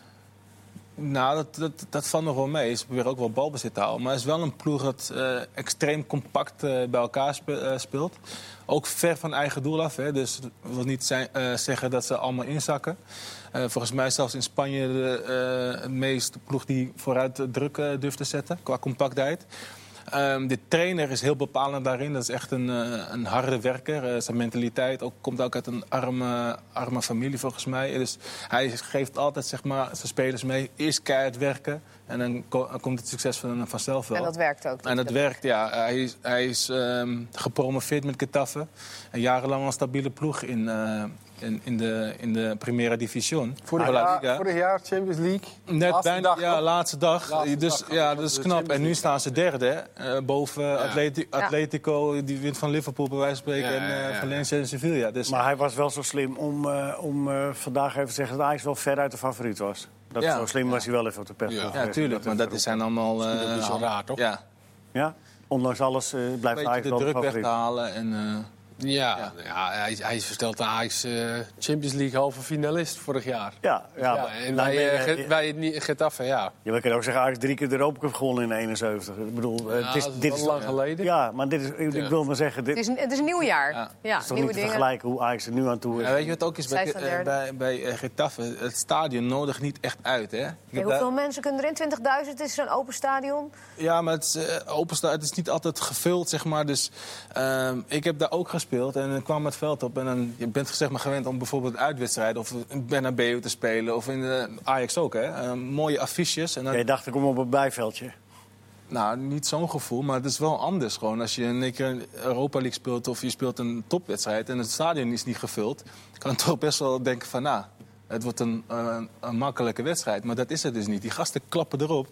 Speaker 3: Nou, dat, dat, dat valt nog wel mee. Ze proberen ook wel balbezit te houden. Maar het is wel een ploeg dat eh, extreem compact eh, bij elkaar spe- eh, speelt. Ook ver van eigen doel af. Hè. Dus dat wil niet zijn, eh, zeggen dat ze allemaal inzakken. Eh, volgens mij zelfs in Spanje de eh, het meest ploeg die vooruit eh, druk eh, durft te zetten qua compactheid. Ehm, de trainer is heel bepalend daarin. Dat is echt een, eh, een harde werker. Eh, zijn mentaliteit ook, komt ook uit een arme, arme familie, volgens mij. Dus hij geeft altijd zeg maar, zijn spelers mee. Eerst keihard werken en dan ko- dan komt het succes van, vanzelf wel.
Speaker 1: En dat werkt ook.
Speaker 3: En dat werkt, ja. Hij is, hij is ehm, gepromoveerd met Getafe. En jarenlang een stabiele ploeg in, eh, in, in, de, in de Primera Division.
Speaker 5: Vorig,
Speaker 3: Maar La
Speaker 5: jaar,
Speaker 3: Liga-
Speaker 5: vorig jaar Champions League.
Speaker 3: Net
Speaker 5: Laatste
Speaker 3: bijna,
Speaker 5: dag
Speaker 3: ja,
Speaker 5: nog.
Speaker 3: laatste dag.
Speaker 5: Laatste
Speaker 3: dus
Speaker 5: dag,
Speaker 3: ja,
Speaker 5: ja,
Speaker 3: dat is
Speaker 5: de
Speaker 3: knap. En
Speaker 5: Champions
Speaker 3: nu staan ze derde, hè, eh, boven Atleti- Atletico. Die wint van Liverpool, bij wijze van spreken.
Speaker 4: Ja,
Speaker 3: en
Speaker 4: ja,
Speaker 3: eh,
Speaker 4: ja.
Speaker 3: Valencia en Sevilla. Dus,
Speaker 2: Maar hij was wel zo slim om, eh, om eh, vandaag even te zeggen dat Ajax wel veruit de favoriet was. Dat
Speaker 3: Ja.
Speaker 2: zo slim was hij wel even op de pers.
Speaker 4: Ja.
Speaker 3: ja, tuurlijk. Maar dat is- zijn allemaal...
Speaker 4: is
Speaker 3: eh,
Speaker 4: niet zo raar, toch?
Speaker 3: Ja,
Speaker 2: Ja? Ondanks alles eh,
Speaker 3: een
Speaker 2: blijft
Speaker 3: beetje
Speaker 2: Ajax
Speaker 3: de
Speaker 2: wel de
Speaker 3: druk weg te
Speaker 2: favoriet.
Speaker 3: halen. En, eh,
Speaker 4: Ja,
Speaker 3: Ja.
Speaker 4: ja. hij, is- hij is versteld de Ajax eh, Champions League halve finalist vorig jaar.
Speaker 2: Ja, ja.
Speaker 4: Ja,
Speaker 2: Nou,
Speaker 4: en wij,
Speaker 2: nee,
Speaker 4: eh,
Speaker 2: eh,
Speaker 4: Ge- wij het niet, Getafe, ja.
Speaker 2: Ja, we kunnen ook zeggen, Ajax drie keer de Europa Cup gewonnen in 71. Ik bedoel, eh,
Speaker 4: Ja,
Speaker 2: het is,
Speaker 4: Nou, dat is
Speaker 2: dit
Speaker 4: wel
Speaker 2: is
Speaker 4: lang geleden.
Speaker 2: Ja, maar dit is, ik, ik wil maar zeggen, dit
Speaker 1: Het is, een- het is een nieuw jaar. Ja,
Speaker 2: is toch niet
Speaker 1: nieuwe
Speaker 2: te
Speaker 1: dingen.
Speaker 2: vergelijken hoe Ajax er nu aan toe is.
Speaker 3: Ja, weet je wat ook is bij,
Speaker 1: Zij staan
Speaker 3: eh,
Speaker 1: derde.
Speaker 3: bij, bij eh, Getafe? Het stadion nodig niet echt uit, hè? Ik heb
Speaker 1: Hey,
Speaker 3: daar-
Speaker 1: hoeveel mensen kunnen erin? 20.000 Het is zo'n open stadion.
Speaker 3: Ja, maar het is, eh, openstaan, het is niet altijd gevuld, zeg maar. Dus ehm, ik heb daar ook gespeeld en dan kwam het veld op. En dan, je bent zeg maar, gewend om bijvoorbeeld uitwedstrijden of in Bernabeu te spelen. Of in eh, Ajax ook, hè. Eh, mooie affiches. En dan,
Speaker 2: Jij dacht, ik kom op een bijveldje.
Speaker 3: Nou, niet zo'n gevoel, maar het is wel anders gewoon. Als je een keer een Europa League speelt of je speelt een topwedstrijd... en het stadion is niet gevuld, kan je toch best wel denken van... nou, het wordt een, een, een makkelijke wedstrijd. Maar dat is het dus niet. Die gasten klappen erop.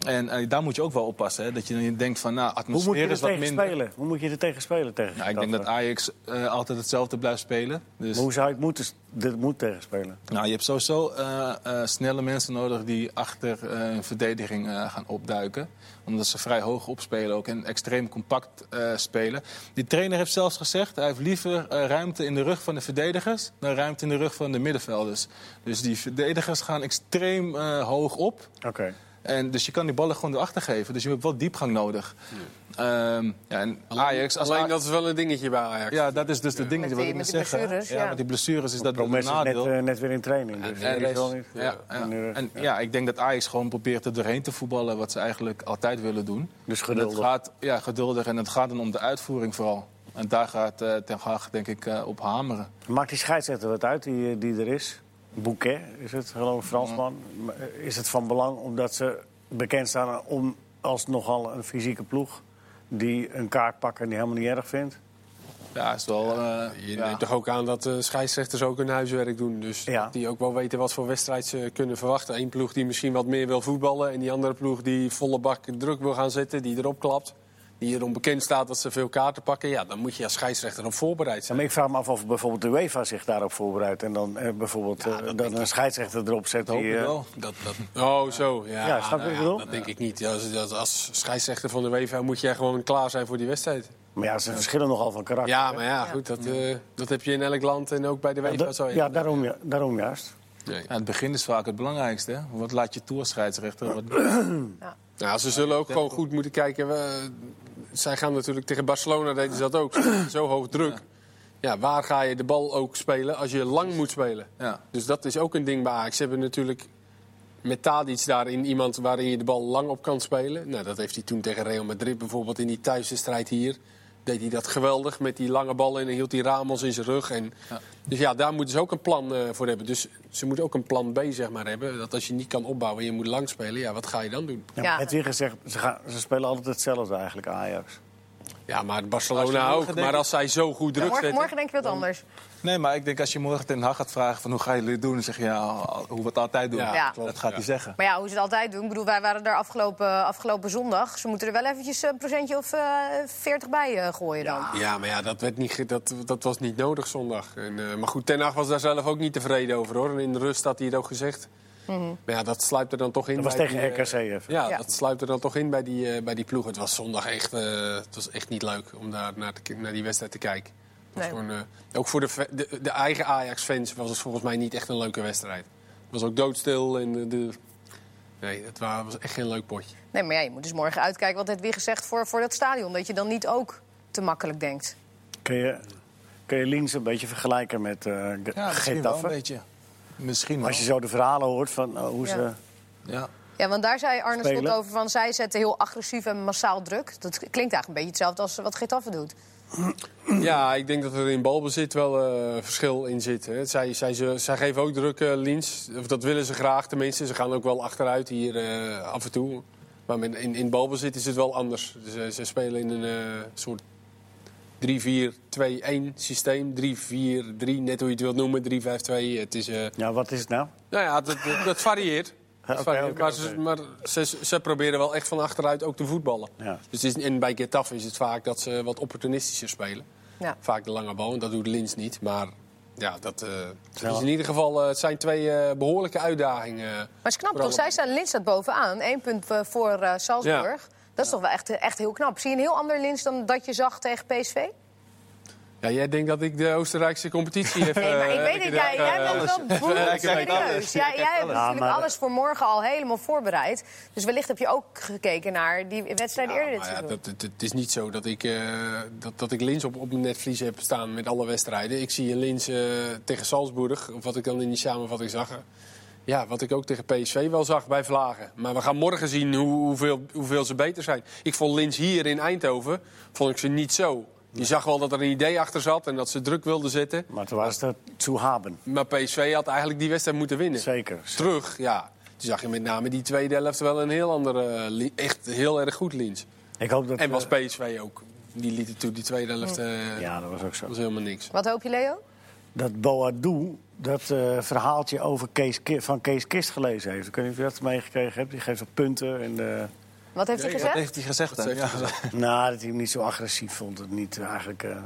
Speaker 3: En eh, daar moet je ook wel oppassen, hè, dat je dan denkt van... nou,
Speaker 2: Hoe moet je
Speaker 3: atmosfeer
Speaker 2: er
Speaker 3: is wat
Speaker 2: tegen
Speaker 3: minder.
Speaker 2: spelen? Hoe moet je er tegen spelen? Tegen
Speaker 3: Nou, ik denk dat
Speaker 2: Getafe?
Speaker 3: Ajax eh, altijd hetzelfde blijft spelen. Dus,
Speaker 2: Maar hoe zou ik moeten, dit moet tegen spelen?
Speaker 3: nou, je hebt sowieso eh, eh, snelle mensen nodig die achter eh, een verdediging eh, gaan opduiken. Omdat ze vrij hoog opspelen ook en extreem compact eh, spelen. Die trainer heeft zelfs gezegd, hij heeft liever eh, ruimte in de rug van de verdedigers... dan ruimte in de rug van de middenvelders. Dus die verdedigers gaan extreem eh, hoog op.
Speaker 2: Oké.
Speaker 3: En dus je kan die ballen gewoon erachter geven. Dus je hebt wel diepgang nodig. Ehm, ja, en Ajax, als
Speaker 4: Alleen
Speaker 3: Aj-
Speaker 4: dat is wel een dingetje bij Ajax.
Speaker 3: ja, dat is dus het dingetje
Speaker 1: Met die-
Speaker 3: wat
Speaker 1: met
Speaker 3: ik moet
Speaker 1: die
Speaker 3: zeggen.
Speaker 1: blessures,
Speaker 3: ja,
Speaker 1: ja.
Speaker 3: met die blesures is dat een
Speaker 2: Promes is net,
Speaker 3: nadeel.
Speaker 2: eh, net weer in training. Dus
Speaker 3: En
Speaker 2: die is
Speaker 3: rest-
Speaker 2: wel niet.
Speaker 3: ja, ja.
Speaker 2: En de rest,
Speaker 3: En ja, ik denk dat Ajax gewoon probeert er doorheen te voetballen wat ze eigenlijk altijd willen doen.
Speaker 2: Dus
Speaker 3: En
Speaker 2: geduldig.
Speaker 3: Het gaat, ja, geduldig. En het gaat dan om de uitvoering vooral. En daar gaat eh, Ten Hag denk ik eh, op hameren.
Speaker 2: Maakt die scheidsrechter wat uit die, eh, die er is? Bouquet is het, geloof ik, Fransman. Maar, eh, Is het van belang omdat ze bekend staan om, als nogal een fysieke ploeg... die een kaart pakken en die helemaal niet erg vindt?
Speaker 3: Ja, is wel. eh,
Speaker 4: Je
Speaker 3: ja.
Speaker 4: neemt toch ook aan dat de scheidsrechters ook hun huiswerk doen. Dus
Speaker 2: Ja.
Speaker 4: dat die ook wel weten wat voor wedstrijd ze kunnen verwachten. Eén ploeg die misschien wat meer wil voetballen. En die andere ploeg die volle bak druk wil gaan zetten. Die erop klapt. Die erom bekend staat dat ze veel kaarten pakken. Ja, dan moet je als scheidsrechter op voorbereid
Speaker 2: Ja,
Speaker 4: zijn.
Speaker 2: maar ik vraag me af of bijvoorbeeld de UEFA zich daarop voorbereidt... en dan eh, bijvoorbeeld eh, dan een scheidsrechter erop zet.
Speaker 3: hoop
Speaker 2: die,
Speaker 3: ik
Speaker 2: eh,
Speaker 3: wel.
Speaker 4: Dat, dat... Oh, zo. Ja,
Speaker 2: Ja, snap je wat ik bedoel?
Speaker 4: Dat denk ik niet. Als, dat- als scheidsrechter van de UEFA moet jij gewoon klaar zijn voor die wedstrijd.
Speaker 2: Maar ja, ze verschillen nogal van karakter.
Speaker 4: Ja, maar ja, goed. Dat, eh, dat heb je in elk land en ook bij de
Speaker 2: Ja,
Speaker 4: UEFA. zo.
Speaker 2: da- ja, daarom, ju- daarom juist.
Speaker 4: Nee.
Speaker 3: Ja, het begin is vaak het belangrijkste. Hè? Wat laat je toe als scheidsrechter? Wat...
Speaker 4: Nou, ze zullen ook gewoon goed moeten kijken. We, zij gaan natuurlijk tegen Barcelona, deden ze dat ook. Zo hoog druk. Ja, waar ga je de bal ook spelen als je lang moet spelen?
Speaker 3: Ja.
Speaker 4: Dus dat is ook een ding bij Ajax. Ze hebben natuurlijk met Tadic daarin iemand waarin je de bal lang op kan spelen. Nou, dat heeft hij toen tegen Real Madrid bijvoorbeeld in die thuiswedstrijd hier. Deed hij dat geweldig met die lange ballen en dan hield hij Ramos in zijn rug. En, Dus ja, daar moeten ze ook een plan eh, voor hebben. Dus ze moeten ook een plan B zeg maar, hebben. Dat als je niet kan opbouwen en je moet lang spelen, ja, wat ga je dan doen?
Speaker 2: Ja,
Speaker 1: Ja.
Speaker 2: Het weer gezegd, ze, gaan, ze spelen altijd hetzelfde eigenlijk, Ajax.
Speaker 4: Ja, maar
Speaker 3: Als je
Speaker 4: Barcelona
Speaker 3: morgen
Speaker 4: ook.
Speaker 3: denkt-
Speaker 4: Maar als zij zo goed druk
Speaker 1: Morgen,
Speaker 4: zetten...
Speaker 1: morgen denk ik wat anders.
Speaker 3: Nee, maar ik denk als je morgen ten Hag gaat vragen van hoe gaan jullie het doen, dan zeg je ja, al- hoe we het altijd doen.
Speaker 4: Ja,
Speaker 1: Ja.
Speaker 4: klopt,
Speaker 3: Dat gaat
Speaker 4: ja.
Speaker 3: hij zeggen.
Speaker 1: Maar ja, hoe ze het altijd doen. Ik bedoel, wij waren daar afgelopen, afgelopen zondag. Ze moeten er wel eventjes een procentje of veertig bij eh, gooien dan.
Speaker 4: Ja, maar ja, dat, werd niet, ge- dat, dat was niet nodig zondag. En, eh, maar goed, Ten Hag was daar zelf ook niet tevreden over, hoor. En in de rust had hij het ook gezegd. Maar ja, dat sluipt er dan toch in.
Speaker 2: Dat was
Speaker 4: bij
Speaker 2: tegen
Speaker 4: die, eh,
Speaker 2: RKC even.
Speaker 4: Ja,
Speaker 1: Ja.
Speaker 4: dat sluipt er dan toch in bij die, eh, bij die ploeg. Het was zondag echt, eh, het was echt niet leuk om daar naar, te ki- naar die wedstrijd te kijken. Het was
Speaker 1: Nee.
Speaker 4: gewoon, eh, ook voor de, fa- de, de eigen Ajax-fans was het volgens mij niet echt een leuke wedstrijd. Het was ook doodstil en eh, de... Nee, het wa- was echt geen leuk potje.
Speaker 1: Nee, maar ja, je moet dus morgen uitkijken wat het weer gezegd voor, voor dat stadion. Dat je dan niet ook te makkelijk denkt.
Speaker 2: Kun je, kun je Liens een beetje vergelijken met eh Ge-
Speaker 3: Ja, misschien wel een
Speaker 2: Getafe?
Speaker 3: beetje. Misschien wel.
Speaker 2: Als je zo de verhalen hoort van eh, hoe
Speaker 1: Ja.
Speaker 2: ze...
Speaker 3: Ja.
Speaker 1: Ja, want daar zei Arne Slot
Speaker 2: Spelen.
Speaker 1: over van... zij zetten heel agressief en massaal druk. Dat klinkt eigenlijk een beetje hetzelfde als wat Getafe doet.
Speaker 4: Ja, ik denk dat er in balbezit wel eh, verschil in zit. Hè. Zij, zij, ze, zij geven ook druk, eh Lins. Of dat willen ze graag tenminste. Ze gaan ook wel achteruit hier eh, af en toe. Maar met- in, in balbezit is het wel anders. Dus, eh, ze spelen in een eh, soort 3-4-2-1 systeem. 3-4-3, net hoe je het wilt noemen. 3-5-2. Het is... eh,
Speaker 2: Ja, wat is het nou?
Speaker 4: nou ja, dat, dat, dat varieert. Dat
Speaker 2: Oké,
Speaker 4: varieert.
Speaker 2: oké,
Speaker 4: maar
Speaker 2: oké.
Speaker 4: ze, maar ze, ze proberen wel echt van achteruit ook te voetballen.
Speaker 2: Ja.
Speaker 4: Dus het is, en bij Getafe is het vaak dat ze wat opportunistischer spelen.
Speaker 1: Ja.
Speaker 4: Vaak de lange bal, en dat doet Lins niet. Maar ja, dat eh,
Speaker 2: Snel.
Speaker 4: is in ieder geval, eh, het zijn twee eh, behoorlijke uitdagingen.
Speaker 1: Maar het is knap,
Speaker 4: Vooral
Speaker 1: toch? Zij staan Lins staat bovenaan. Eén punt eh, voor eh, Salzburg. Dat is toch wel echt, echt heel knap. Zie je een heel ander Lins dan dat je zag tegen PSV?
Speaker 4: Ja, jij denkt dat ik de Oostenrijkse competitie heb...
Speaker 1: Nee, maar ik
Speaker 4: eh,
Speaker 1: weet het.
Speaker 4: heb
Speaker 1: Jij, jij
Speaker 4: eh,
Speaker 1: bent wel behoorlijk
Speaker 3: Kijk, kijk,
Speaker 1: serieus.
Speaker 3: alles.
Speaker 1: Jij, jij hebt
Speaker 2: alles.
Speaker 1: natuurlijk
Speaker 2: Ja, maar-
Speaker 1: alles voor morgen al helemaal voorbereid. Dus wellicht heb je ook gekeken naar die wedstrijd
Speaker 4: Ja,
Speaker 1: eerder dit
Speaker 4: Nou, maar ja,
Speaker 1: seizoen.
Speaker 4: dat, het, het is niet zo dat ik, eh, dat, dat ik Lins op, op mijn netvlies heb staan met alle wedstrijden. Ik zie een Lins eh, tegen Salzburg, of wat ik dan in die samenvatting zag. eh, Ja, wat ik ook tegen PSV wel zag bij Vlagen. Maar we gaan morgen zien hoe, hoeveel, hoeveel ze beter zijn. Ik vond Lins hier in Eindhoven vond ik ze niet zo. Je zag wel dat er een idee achter zat en dat ze druk wilden zetten.
Speaker 2: Maar toen was het Zu Haben.
Speaker 4: Maar PSV had eigenlijk die wedstrijd moeten winnen
Speaker 2: Zeker.
Speaker 4: terug, ja. Toen zag je met name die tweede helft wel een heel andere, eh, li- echt heel erg goed Lins.
Speaker 2: Ik hoop dat...
Speaker 4: En was
Speaker 2: eh,
Speaker 4: PSV ook. Die lieten toen die tweede helft, eh,
Speaker 2: ja, dat was ook zo.
Speaker 4: was helemaal niks.
Speaker 1: Wat hoop je, Leo?
Speaker 2: Dat Boadou dat eh, verhaaltje over Kees Ki- van Kees Kist gelezen heeft. Ik weet niet of je dat meegekregen hebt. Die geeft op punten. En, eh,
Speaker 1: Wat heeft hij
Speaker 3: Dat
Speaker 1: gezegd?
Speaker 3: heeft hij gezegd. hè?
Speaker 4: heeft hij
Speaker 3: Ja.
Speaker 2: nou, dat hij hem niet zo agressief vond. Dat niet eh, eigenlijk... eh,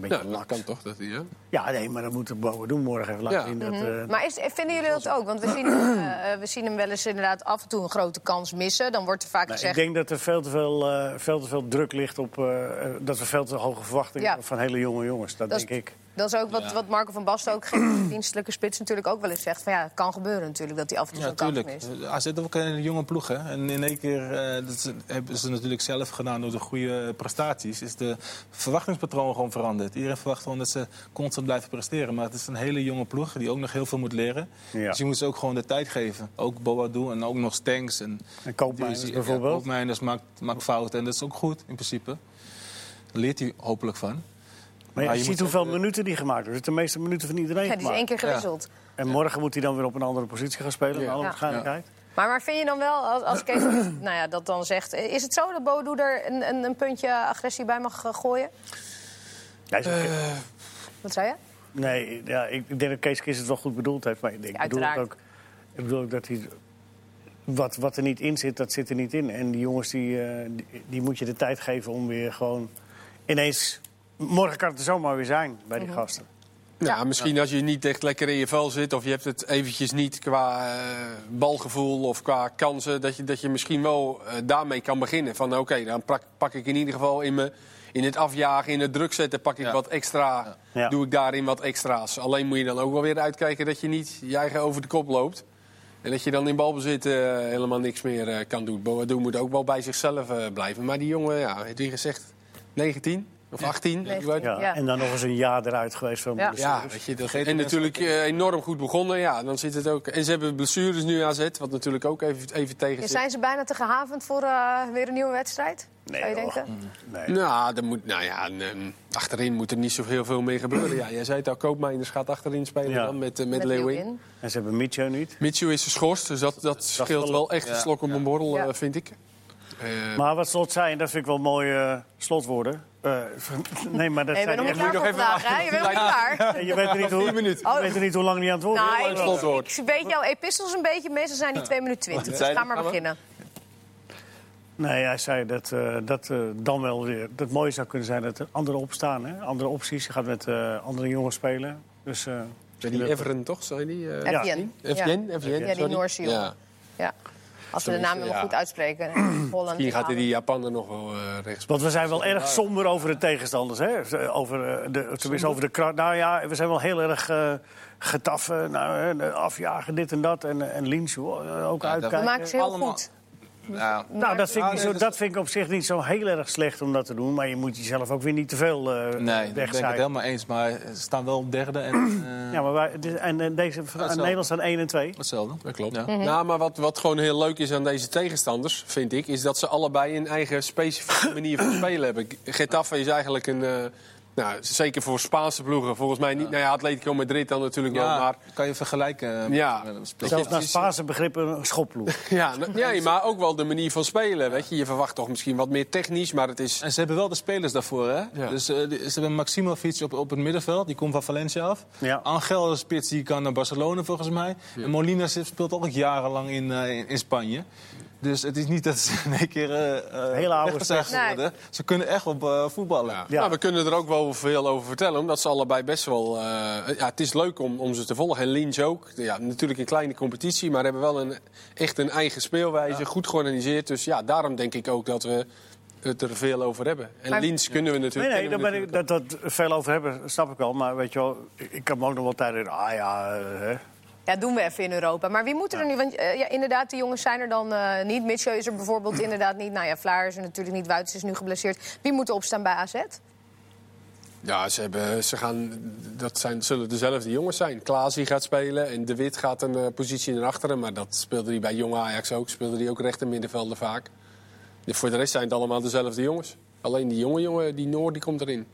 Speaker 2: een beetje
Speaker 4: Ja, dat
Speaker 2: laks.
Speaker 4: kan toch. Dat, ja.
Speaker 2: Ja, nee, maar dat moet de Boadou morgen even laten
Speaker 4: Ja.
Speaker 2: zien. Dat, eh,
Speaker 1: Maar is, vinden jullie dat ook? Want we zien, eh, eh, we zien hem wel eens inderdaad af en toe een grote kans missen. Dan wordt er vaak
Speaker 2: Nou, ik
Speaker 1: gezegd...
Speaker 2: denk dat er veel te veel, eh, veel te veel druk ligt op. eh, eh, dat we veel te hoge verwachtingen
Speaker 1: Ja.
Speaker 2: hebben van hele jonge jongens. Dat,
Speaker 1: Dat is-
Speaker 2: denk ik.
Speaker 1: Dat is ook wat, wat Marco van Basten ook, geen dienstelijke spits natuurlijk ook wel eens zegt. Van ja, het kan gebeuren natuurlijk dat hij af en toe
Speaker 3: Ja,
Speaker 1: zo'n kans
Speaker 3: tuurlijk.
Speaker 1: mist.
Speaker 3: Eh, AZ heeft ook een jonge ploeg, hè. En in één keer, eh, dat ze- hebben ze natuurlijk zelf gedaan door de goede prestaties... is de verwachtingspatroon gewoon veranderd. Iedereen verwacht gewoon dat ze constant blijven presteren. Maar het is een hele jonge ploeg die ook nog heel veel moet leren.
Speaker 2: Ja.
Speaker 3: Dus je moet ze ook gewoon de tijd geven. Ook Boadu en ook nog Stanks. En,
Speaker 2: En Koopmeiners
Speaker 3: die- die-
Speaker 2: bijvoorbeeld.
Speaker 3: Ja, Koopmeiners maakt, maakt fouten en dat is ook goed in principe. Daar leert hij hopelijk van.
Speaker 2: Maar ja,
Speaker 3: Maar
Speaker 2: je,
Speaker 3: Ah, je
Speaker 2: ziet
Speaker 3: moet eh,
Speaker 2: hoeveel minuten die gemaakt wordt. Het is de meeste minuten van iedereen.
Speaker 1: Ja, die is
Speaker 2: gemaakt.
Speaker 1: één keer
Speaker 3: Ja.
Speaker 1: gewisseld.
Speaker 2: En morgen moet hij dan weer op een andere positie gaan spelen.
Speaker 4: Ja.
Speaker 2: Naar alle
Speaker 1: Ja.
Speaker 2: waarschijnlijkheid.
Speaker 1: Maar, maar vind je dan wel, als, als Kees nou ja, dat dan zegt... eh, is het zo dat Bodo er een, een, een puntje agressie bij mag eh, gooien?
Speaker 2: Hij is-
Speaker 1: Wat zei je?
Speaker 2: Nee, ja, ik ik denk dat Kees Kist het wel goed bedoeld heeft. Maar ik, denk, ik bedoel het
Speaker 1: Uiteraard.
Speaker 2: ook, ik bedoel ook dat hij... Wat, wat er niet in zit, dat zit er niet in. En die jongens, die, eh, die, die moet je de tijd geven om weer gewoon... Ineens, morgen kan het er zomaar weer zijn bij
Speaker 1: Mhm.
Speaker 2: die gasten.
Speaker 4: Ja, misschien als je niet echt lekker in je vel zit... of je hebt het eventjes niet qua eh, balgevoel of qua kansen... dat je, dat je misschien wel eh, daarmee kan beginnen. Van oké, dan pak, pak ik in ieder geval in, me, in het afjagen, in het druk zetten... pak ik
Speaker 3: Ja.
Speaker 4: wat extra,
Speaker 2: Ja.
Speaker 4: doe ik daarin wat extra's. Alleen moet je dan ook wel weer uitkijken dat je niet je eigen over de kop loopt... En dat je dan in balbezit eh, helemaal niks meer eh, kan doen. Boadu moet ook wel bij zichzelf eh, blijven. Maar die jongen, ja, heeft wie gezegd, 19 of 18? Ik weet-
Speaker 1: 19.
Speaker 2: Ja.
Speaker 1: Ja.
Speaker 2: En dan nog eens een jaar eruit geweest van
Speaker 1: Ja.
Speaker 2: blessures.
Speaker 4: ja, weet je, dat,
Speaker 3: Vergeet
Speaker 4: en
Speaker 3: de
Speaker 4: natuurlijk eh, enorm goed begonnen. Ja, dan zit het ook. En ze hebben blessures nu aan zet, wat natuurlijk ook even, even tegen
Speaker 1: Ja,
Speaker 4: zit.
Speaker 1: Zijn ze bijna te gehavend voor eh, weer een nieuwe wedstrijd?
Speaker 2: Nee,
Speaker 1: zou je
Speaker 2: joh.
Speaker 1: denken?
Speaker 2: Nee.
Speaker 4: Nou, er moet, nou ja, en, ehm, achterin moet er niet zo heel veel mee gebeuren. Ja, jij zei het al, Koopmeiners gaat achterin spelen
Speaker 2: Ja.
Speaker 4: dan met, eh, met,
Speaker 1: Met
Speaker 4: Leeuwin.
Speaker 1: Leeuwin.
Speaker 2: En ze hebben Mitchell niet.
Speaker 4: Mitchell is geschorst, dus dat, dat scheelt
Speaker 2: wel-
Speaker 4: wel echt een
Speaker 3: ja,
Speaker 4: slok op een borrel,
Speaker 1: Ja.
Speaker 4: eh, vind ik. Eh,
Speaker 2: Maar wat Slot zei, en dat vind ik wel mooie eh, slotwoorden. Eh, nee, maar dat
Speaker 1: Nee, je
Speaker 2: zei
Speaker 1: bent nog niet klaar
Speaker 2: hij
Speaker 1: voor
Speaker 4: nog even
Speaker 1: vandaag, hè? Je bent nog niet klaar.
Speaker 2: echt. Je weet er niet hoe,
Speaker 1: Oh.
Speaker 2: je weet er niet hoe lang die aan het woord is.
Speaker 1: Nou,
Speaker 4: lang
Speaker 1: ik,
Speaker 4: slotwoord.
Speaker 1: ik weet jouw epistels een beetje. Meestal zijn die 2 minuten 20. Dus
Speaker 5: zei
Speaker 1: ga
Speaker 5: je?
Speaker 1: maar beginnen.
Speaker 2: Nee, hij zei dat eh, dat eh, dan wel weer. Dat mooie zou kunnen zijn dat er andere opstaan. Hè? Andere opties. Je gaat met eh, andere jongens spelen. Dus, eh,
Speaker 4: die Everen, toch? Zijn die? eh,
Speaker 2: Ja.
Speaker 1: Evjen.
Speaker 4: Evjen? Evjen,
Speaker 1: Ja, die
Speaker 4: sorry.
Speaker 1: Noorse jongen.
Speaker 4: Ja.
Speaker 1: Ja. Als we de
Speaker 4: Zo is
Speaker 1: naam
Speaker 4: het,
Speaker 1: helemaal
Speaker 4: ja.
Speaker 1: goed uitspreken. Holland.
Speaker 4: Hier gaat hij die Japaner nog wel eh rechts.
Speaker 2: want we zijn wel erg somber over de tegenstanders. Hè? Over, eh, de, tenminste, over de kracht. Nou ja, we zijn wel heel erg eh getaffen. Nou, hè, de afjagen, dit en dat. En, eh, en Lins eh, ook
Speaker 3: Ja, dat-
Speaker 1: We
Speaker 2: uitkijken.
Speaker 1: maken ze heel
Speaker 3: Allemaal.
Speaker 1: goed.
Speaker 3: Nou,
Speaker 2: Nou, dat vind, ik niet
Speaker 3: Ah,
Speaker 2: zo,
Speaker 3: nee,
Speaker 2: dat vind ik op zich niet zo heel erg slecht om dat te doen. Maar je moet jezelf ook weer niet te veel eh
Speaker 3: nee, dat ben ik het
Speaker 2: wegzaaien.
Speaker 3: helemaal eens. Maar ze staan wel derde en eh,
Speaker 2: Ja, maar wij, dit- en, en deze, en
Speaker 3: zo.
Speaker 2: Nederland staan 1 en 2.
Speaker 3: hetzelfde.
Speaker 4: Dat klopt. Nou, maar wat, wat gewoon heel leuk is aan deze tegenstanders, vind ik, is dat ze allebei een eigen specifieke manier van spelen hebben. Getafe is eigenlijk een. eh, nou, zeker voor Spaanse ploegen, volgens mij niet. Nou ja, Atletico Madrid dan natuurlijk wel,
Speaker 3: Ja,
Speaker 4: maar.
Speaker 3: kan je vergelijken. met-
Speaker 4: Ja.
Speaker 3: met een split.
Speaker 2: Zelfs naar
Speaker 4: is-
Speaker 2: Spaanse begrippen een schopploeg.
Speaker 4: Ja, nou, nee, maar ook wel de manier van spelen. Weet je. je verwacht toch misschien wat meer technisch, maar het is.
Speaker 3: En ze hebben wel de spelers daarvoor, hè?
Speaker 4: Ja.
Speaker 3: Dus eh, die- ze hebben Maximovic op, op het middenveld, die komt van Valencia af.
Speaker 2: Ja.
Speaker 3: Angel de Spits, die kan naar Barcelona volgens mij. En Molina zit- speelt ook jarenlang in, eh, in, in Spanje. Dus het is niet dat ze in één keer eh, eh
Speaker 2: Hele oude
Speaker 3: weg zijn
Speaker 1: spits.
Speaker 3: geworden. Ze kunnen echt op eh, voetballen.
Speaker 4: Ja.
Speaker 2: Ja.
Speaker 4: Nou, we kunnen er ook wel veel over vertellen, omdat ze allebei best wel. eh, ja, het is leuk om, om ze te volgen. En Lynch ook. Ja, natuurlijk een kleine competitie, maar hebben wel een, echt een eigen speelwijze. Goed georganiseerd. Dus ja, daarom denk ik ook dat we het er veel over hebben. En
Speaker 1: Maar-
Speaker 4: Lynch kunnen we
Speaker 2: Nee,
Speaker 4: natuurlijk.
Speaker 2: nee, daar
Speaker 4: kennen we
Speaker 2: ben ik,
Speaker 4: natuurlijk
Speaker 2: dat, dat veel over hebben, snap ik al. Maar weet je wel, ik- ik kan me ook nog wel tijd in. Ah ja, eh, hè.
Speaker 1: Ja, doen we even in Europa. Maar wie moet er nu? Want eh, ja, inderdaad, die jongens zijn er dan eh, niet. Mitchell is er bijvoorbeeld inderdaad niet. Nou ja, Vlaar is er natuurlijk niet. Wuits is nu geblesseerd. Wie moet er opstaan bij AZ?
Speaker 4: ook. Ja, ze, hebben, ze gaan, dat zijn, zullen dezelfde jongens zijn. Klaasie gaat spelen en De Wit gaat een eh, positie naar achteren. Maar dat speelde hij bij jonge Ajax ook. Speelde hij ook rechter middenvelden vaak. Dus voor de rest zijn het allemaal dezelfde jongens. Alleen die jonge jongen, die Noor, die komt erin.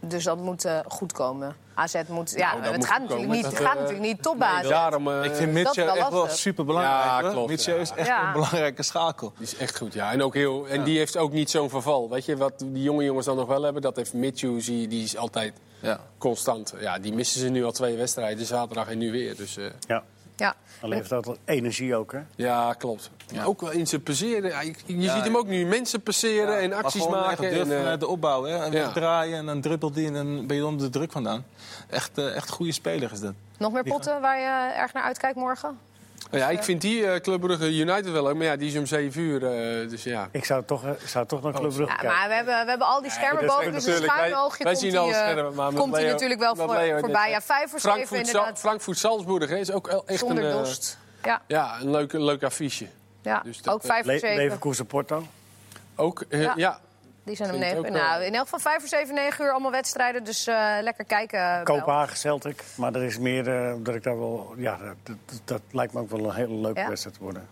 Speaker 1: Dus dat moet eh, goed komen. AZ moet... Ja,
Speaker 4: Nou, dat
Speaker 1: het,
Speaker 4: moet
Speaker 1: gaat
Speaker 4: goed komen.
Speaker 1: natuurlijk niet, het
Speaker 4: Dat,
Speaker 1: gaat
Speaker 4: eh,
Speaker 1: natuurlijk niet top bij
Speaker 4: Nee,
Speaker 1: AZ.
Speaker 4: daarom, eh,
Speaker 3: Ik vind
Speaker 1: dat is
Speaker 3: Mitchell
Speaker 1: wel
Speaker 3: echt wel
Speaker 1: lastig.
Speaker 3: superbelangrijk.
Speaker 4: Ja,
Speaker 3: hoor.
Speaker 4: klopt,
Speaker 3: Mitchell
Speaker 4: ja.
Speaker 3: is echt
Speaker 1: Ja.
Speaker 3: een belangrijke schakel.
Speaker 4: Die is echt goed, ja. En, ook heel, en die heeft ook niet zo'n verval. Weet je, wat die jonge jongens dan nog wel hebben, dat heeft Mitchus, die, die is altijd
Speaker 3: Ja.
Speaker 4: constant. Ja, die missen ze nu al twee wedstrijden, zaterdag en nu weer. Dus eh,
Speaker 2: ja.
Speaker 1: Ja.
Speaker 2: Dan levert dat wel energie ook, hè?
Speaker 4: ja, klopt. Maar ook wel in zijn passeren. Ja, je je ziet hem ook nu mensen passeren en
Speaker 3: Maar
Speaker 4: acties
Speaker 3: gewoon echt
Speaker 4: maken.
Speaker 3: durven
Speaker 4: En, eh,
Speaker 3: vanuit de opbouw, hè? En
Speaker 4: ja.
Speaker 3: draaien en dan druppelt die en dan ben je onder de druk vandaan. Echt, eh, echt goede speler is dat.
Speaker 1: Nog meer potten waar je eh, erg naar uitkijkt morgen?
Speaker 4: nou ja, ik vind die eh Club Brugge United wel leuk, maar ja, die is om zeven uur. eh, dus ja.
Speaker 2: Ik zou toch, eh, zou toch naar Club Brugge
Speaker 1: Oh, Ja,
Speaker 2: kijken.
Speaker 1: maar we hebben, we hebben al die schermen
Speaker 2: dat is
Speaker 1: boven, dus een
Speaker 4: natuurlijk-
Speaker 1: schuin
Speaker 4: wij-
Speaker 1: oogje
Speaker 4: wij
Speaker 1: komt
Speaker 4: zien
Speaker 1: die,
Speaker 4: al
Speaker 1: eh,
Speaker 4: schermen, maar met
Speaker 1: komt die
Speaker 4: Leo-
Speaker 1: natuurlijk wel
Speaker 4: met
Speaker 1: voor,
Speaker 4: Leo net,
Speaker 1: voorbij.
Speaker 4: hè.
Speaker 1: Ja, vijf voor zeven
Speaker 4: Frankfurt, Zal-
Speaker 1: inderdaad,
Speaker 4: Frankfurt Salzburg hè, is ook el- echt
Speaker 1: zonder
Speaker 4: een, eh,
Speaker 1: dorst. Ja,
Speaker 4: ja, een leuk, leuk affiche.
Speaker 1: ja.
Speaker 4: dus dat,
Speaker 1: ook
Speaker 4: eh,
Speaker 1: vijf voor
Speaker 2: Le-
Speaker 1: zeven.
Speaker 2: Leverkusen Porto.
Speaker 4: Ook, eh,
Speaker 1: Ja.
Speaker 4: ja,
Speaker 1: Die zijn om
Speaker 4: Vind ik
Speaker 1: negen.
Speaker 4: ook wel.
Speaker 1: Nou, in elk geval vijf voor zeven, negen uur allemaal wedstrijden. Dus eh, lekker kijken. eh, Bel.
Speaker 2: Kopenhagen Celtic. Maar dat is meer eh, dat ik daar wel. Ja, dat, dat, dat lijkt me ook wel een hele leuke
Speaker 1: Ja?
Speaker 2: wedstrijd te worden.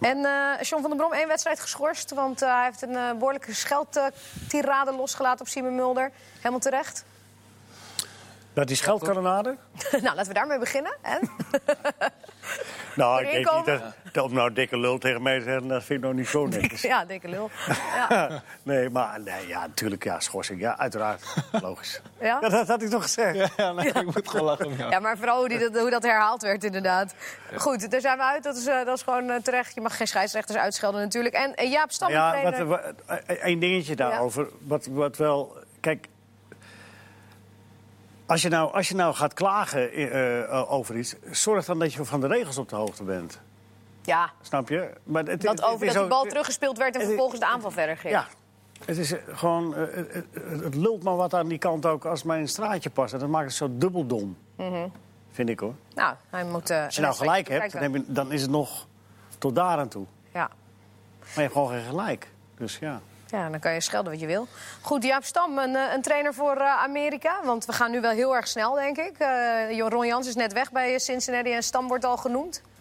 Speaker 1: En eh John van der Brom één wedstrijd geschorst. Want eh, hij heeft een eh, behoorlijke scheldtirade losgelaten op Simon Mulder. Helemaal terecht.
Speaker 2: Dat die scheldkanonade?
Speaker 1: nou, laten we daarmee beginnen. En?
Speaker 2: Nou, ik
Speaker 1: Erin
Speaker 2: denk niet dat,
Speaker 1: komen?
Speaker 2: dat om nou dikke lul tegen mij te zeggen, dat vind ik nou niet zo netjes.
Speaker 1: ja, dikke lul.
Speaker 2: Nee, maar nee, ja, natuurlijk, ja, schorsing. Ja, uiteraard. Logisch.
Speaker 1: Ja?
Speaker 2: Ja, dat had ik toch gezegd.
Speaker 3: Ja, nee, ik moet gewoon lachen om jou.
Speaker 1: Ja, maar vooral hoe, die dat, hoe dat herhaald werd, inderdaad. Goed, daar zijn we uit. Dat is, eh, dat is gewoon eh, terecht. Je mag geen scheidsrechters uitschelden, natuurlijk. En eh, Jaap Stam, de
Speaker 2: Ja,
Speaker 1: trainer.
Speaker 2: wat, wat- één dingetje daarover. Wat, wat wel. Kijk. Als je nou, als je nou gaat klagen eh, eh, over iets, zorg dan dat je van de regels op de hoogte bent.
Speaker 1: ja,
Speaker 2: Snap je? Maar het,
Speaker 1: dat over dat de bal
Speaker 2: terug.
Speaker 1: teruggespeeld werd en
Speaker 2: het-
Speaker 1: vervolgens de aanval verder ging.
Speaker 2: Eh, Ja. Het is eh, gewoon, eh, eh, eh, het lult maar wat aan die kant ook als het maar in een straatje past. En dat maakt het zo dubbel dom.
Speaker 1: Mhm.
Speaker 2: Vind ik hoor.
Speaker 1: Nou, hij moet... eh,
Speaker 2: Als je nou
Speaker 1: een
Speaker 2: gelijk
Speaker 1: wedstrijd
Speaker 2: hebt, dan, heb je, dan is het nog tot daar aan toe.
Speaker 1: Ja.
Speaker 2: Maar je hebt gewoon geen gelijk. Dus ja.
Speaker 1: ja, dan kan je schelden wat je wil. Goed, Jaap Stam, een, eh, een trainer voor eh, Amerika. Want we gaan nu wel heel erg snel, denk ik. Eh Ron Jans is net weg bij eh, Cincinnati en Stam wordt al genoemd.
Speaker 2: Nou,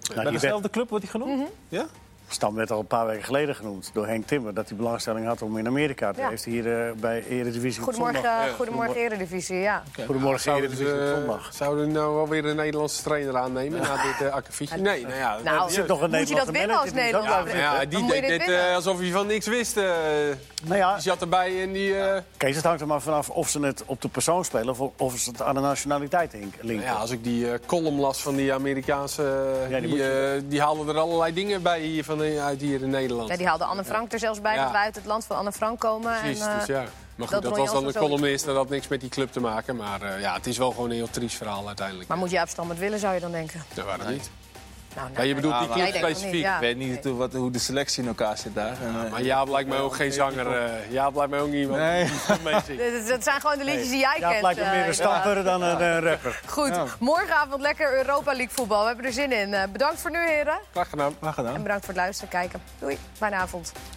Speaker 3: Bij
Speaker 2: die werd-
Speaker 3: dezelfde club wordt hij genoemd? Mhm. Ja?
Speaker 2: Stam werd al een paar weken geleden genoemd door Henk Timmer... dat hij belangstelling had om in Amerika te
Speaker 1: Ja.
Speaker 2: Heeft hij hier eh, bij Eredivisie op
Speaker 1: Goedemorgen, eh,
Speaker 2: zondag.
Speaker 4: Ja.
Speaker 1: goedemorgen Eredivisie, ja.
Speaker 2: Goedemorgen,
Speaker 4: Zouden
Speaker 2: Eredivisie op
Speaker 4: ze,
Speaker 2: zondag.
Speaker 4: eh, zouden nou wel weer een Nederlandse trainer aannemen na dit eh akkefietje? Nee, nou ja.
Speaker 1: Nou,
Speaker 2: Er zit nog een
Speaker 1: moet je dat
Speaker 2: Nederlandse
Speaker 1: winnen als
Speaker 2: manager die
Speaker 1: Nederland?
Speaker 2: zou
Speaker 4: ja,
Speaker 2: blijven
Speaker 4: ja,
Speaker 2: zitten.
Speaker 1: Dan
Speaker 4: die
Speaker 1: moet je
Speaker 4: deed
Speaker 1: dit
Speaker 4: dit
Speaker 1: winnen.
Speaker 4: eh, alsof hij van niks wist. eh.
Speaker 2: Nou ja,
Speaker 4: die zat erbij en die... eh,
Speaker 2: Kees, het hangt er maar vanaf of ze het op de persoon spelen... of, of ze het aan de nationaliteit hink- linken.
Speaker 4: Ja, als ik die eh, column las van die Amerikaanse... eh,
Speaker 2: Ja, die
Speaker 4: die,
Speaker 2: moet je-
Speaker 4: eh, die haalden er allerlei dingen bij hier van, eh, uit hier in Nederland.
Speaker 1: Ja, die haalde Anne Frank er zelfs bij,
Speaker 4: Ja.
Speaker 1: dat wij uit het land van Anne Frank komen.
Speaker 4: Precies,
Speaker 1: en, eh,
Speaker 4: dus ja. Maar
Speaker 1: dat
Speaker 4: goed, dat,
Speaker 1: Roy
Speaker 4: was dan
Speaker 1: Jansen
Speaker 4: een
Speaker 1: zoiets
Speaker 4: columnist. Dat had niks met die club te maken. Maar eh, ja, het is wel gewoon een heel triest verhaal uiteindelijk.
Speaker 1: Maar moet Jaap Stam het willen, zou je dan denken?
Speaker 4: Dat waren het niet.
Speaker 1: Nou, nee,
Speaker 4: Ja, je bedoelt
Speaker 1: nee,
Speaker 4: die
Speaker 1: jij
Speaker 4: club
Speaker 1: denkt van
Speaker 4: specifiek.
Speaker 1: ja.
Speaker 3: Ik weet niet hoe- wat, hoe de selectie in elkaar zit daar. En, eh,
Speaker 4: Maar Jaap lijkt mij ook geen zanger. eh Jaap lijkt mij ook niet iemand
Speaker 3: Nee.
Speaker 4: die mee zingt.
Speaker 1: Dat, dat zijn gewoon de liedjes die jij
Speaker 2: Ja, het
Speaker 1: kent.
Speaker 2: lijkt me
Speaker 1: eh,
Speaker 2: meer een
Speaker 1: inderdaad.
Speaker 2: stamper dan een eh, rapper.
Speaker 1: Goed, morgenavond lekker Europa League voetbal. We hebben er zin in. Eh, Bedankt voor nu, heren.
Speaker 4: Graag gedaan.
Speaker 3: Graag gedaan.
Speaker 1: En bedankt voor het luisteren kijken. Doei, fijne avond.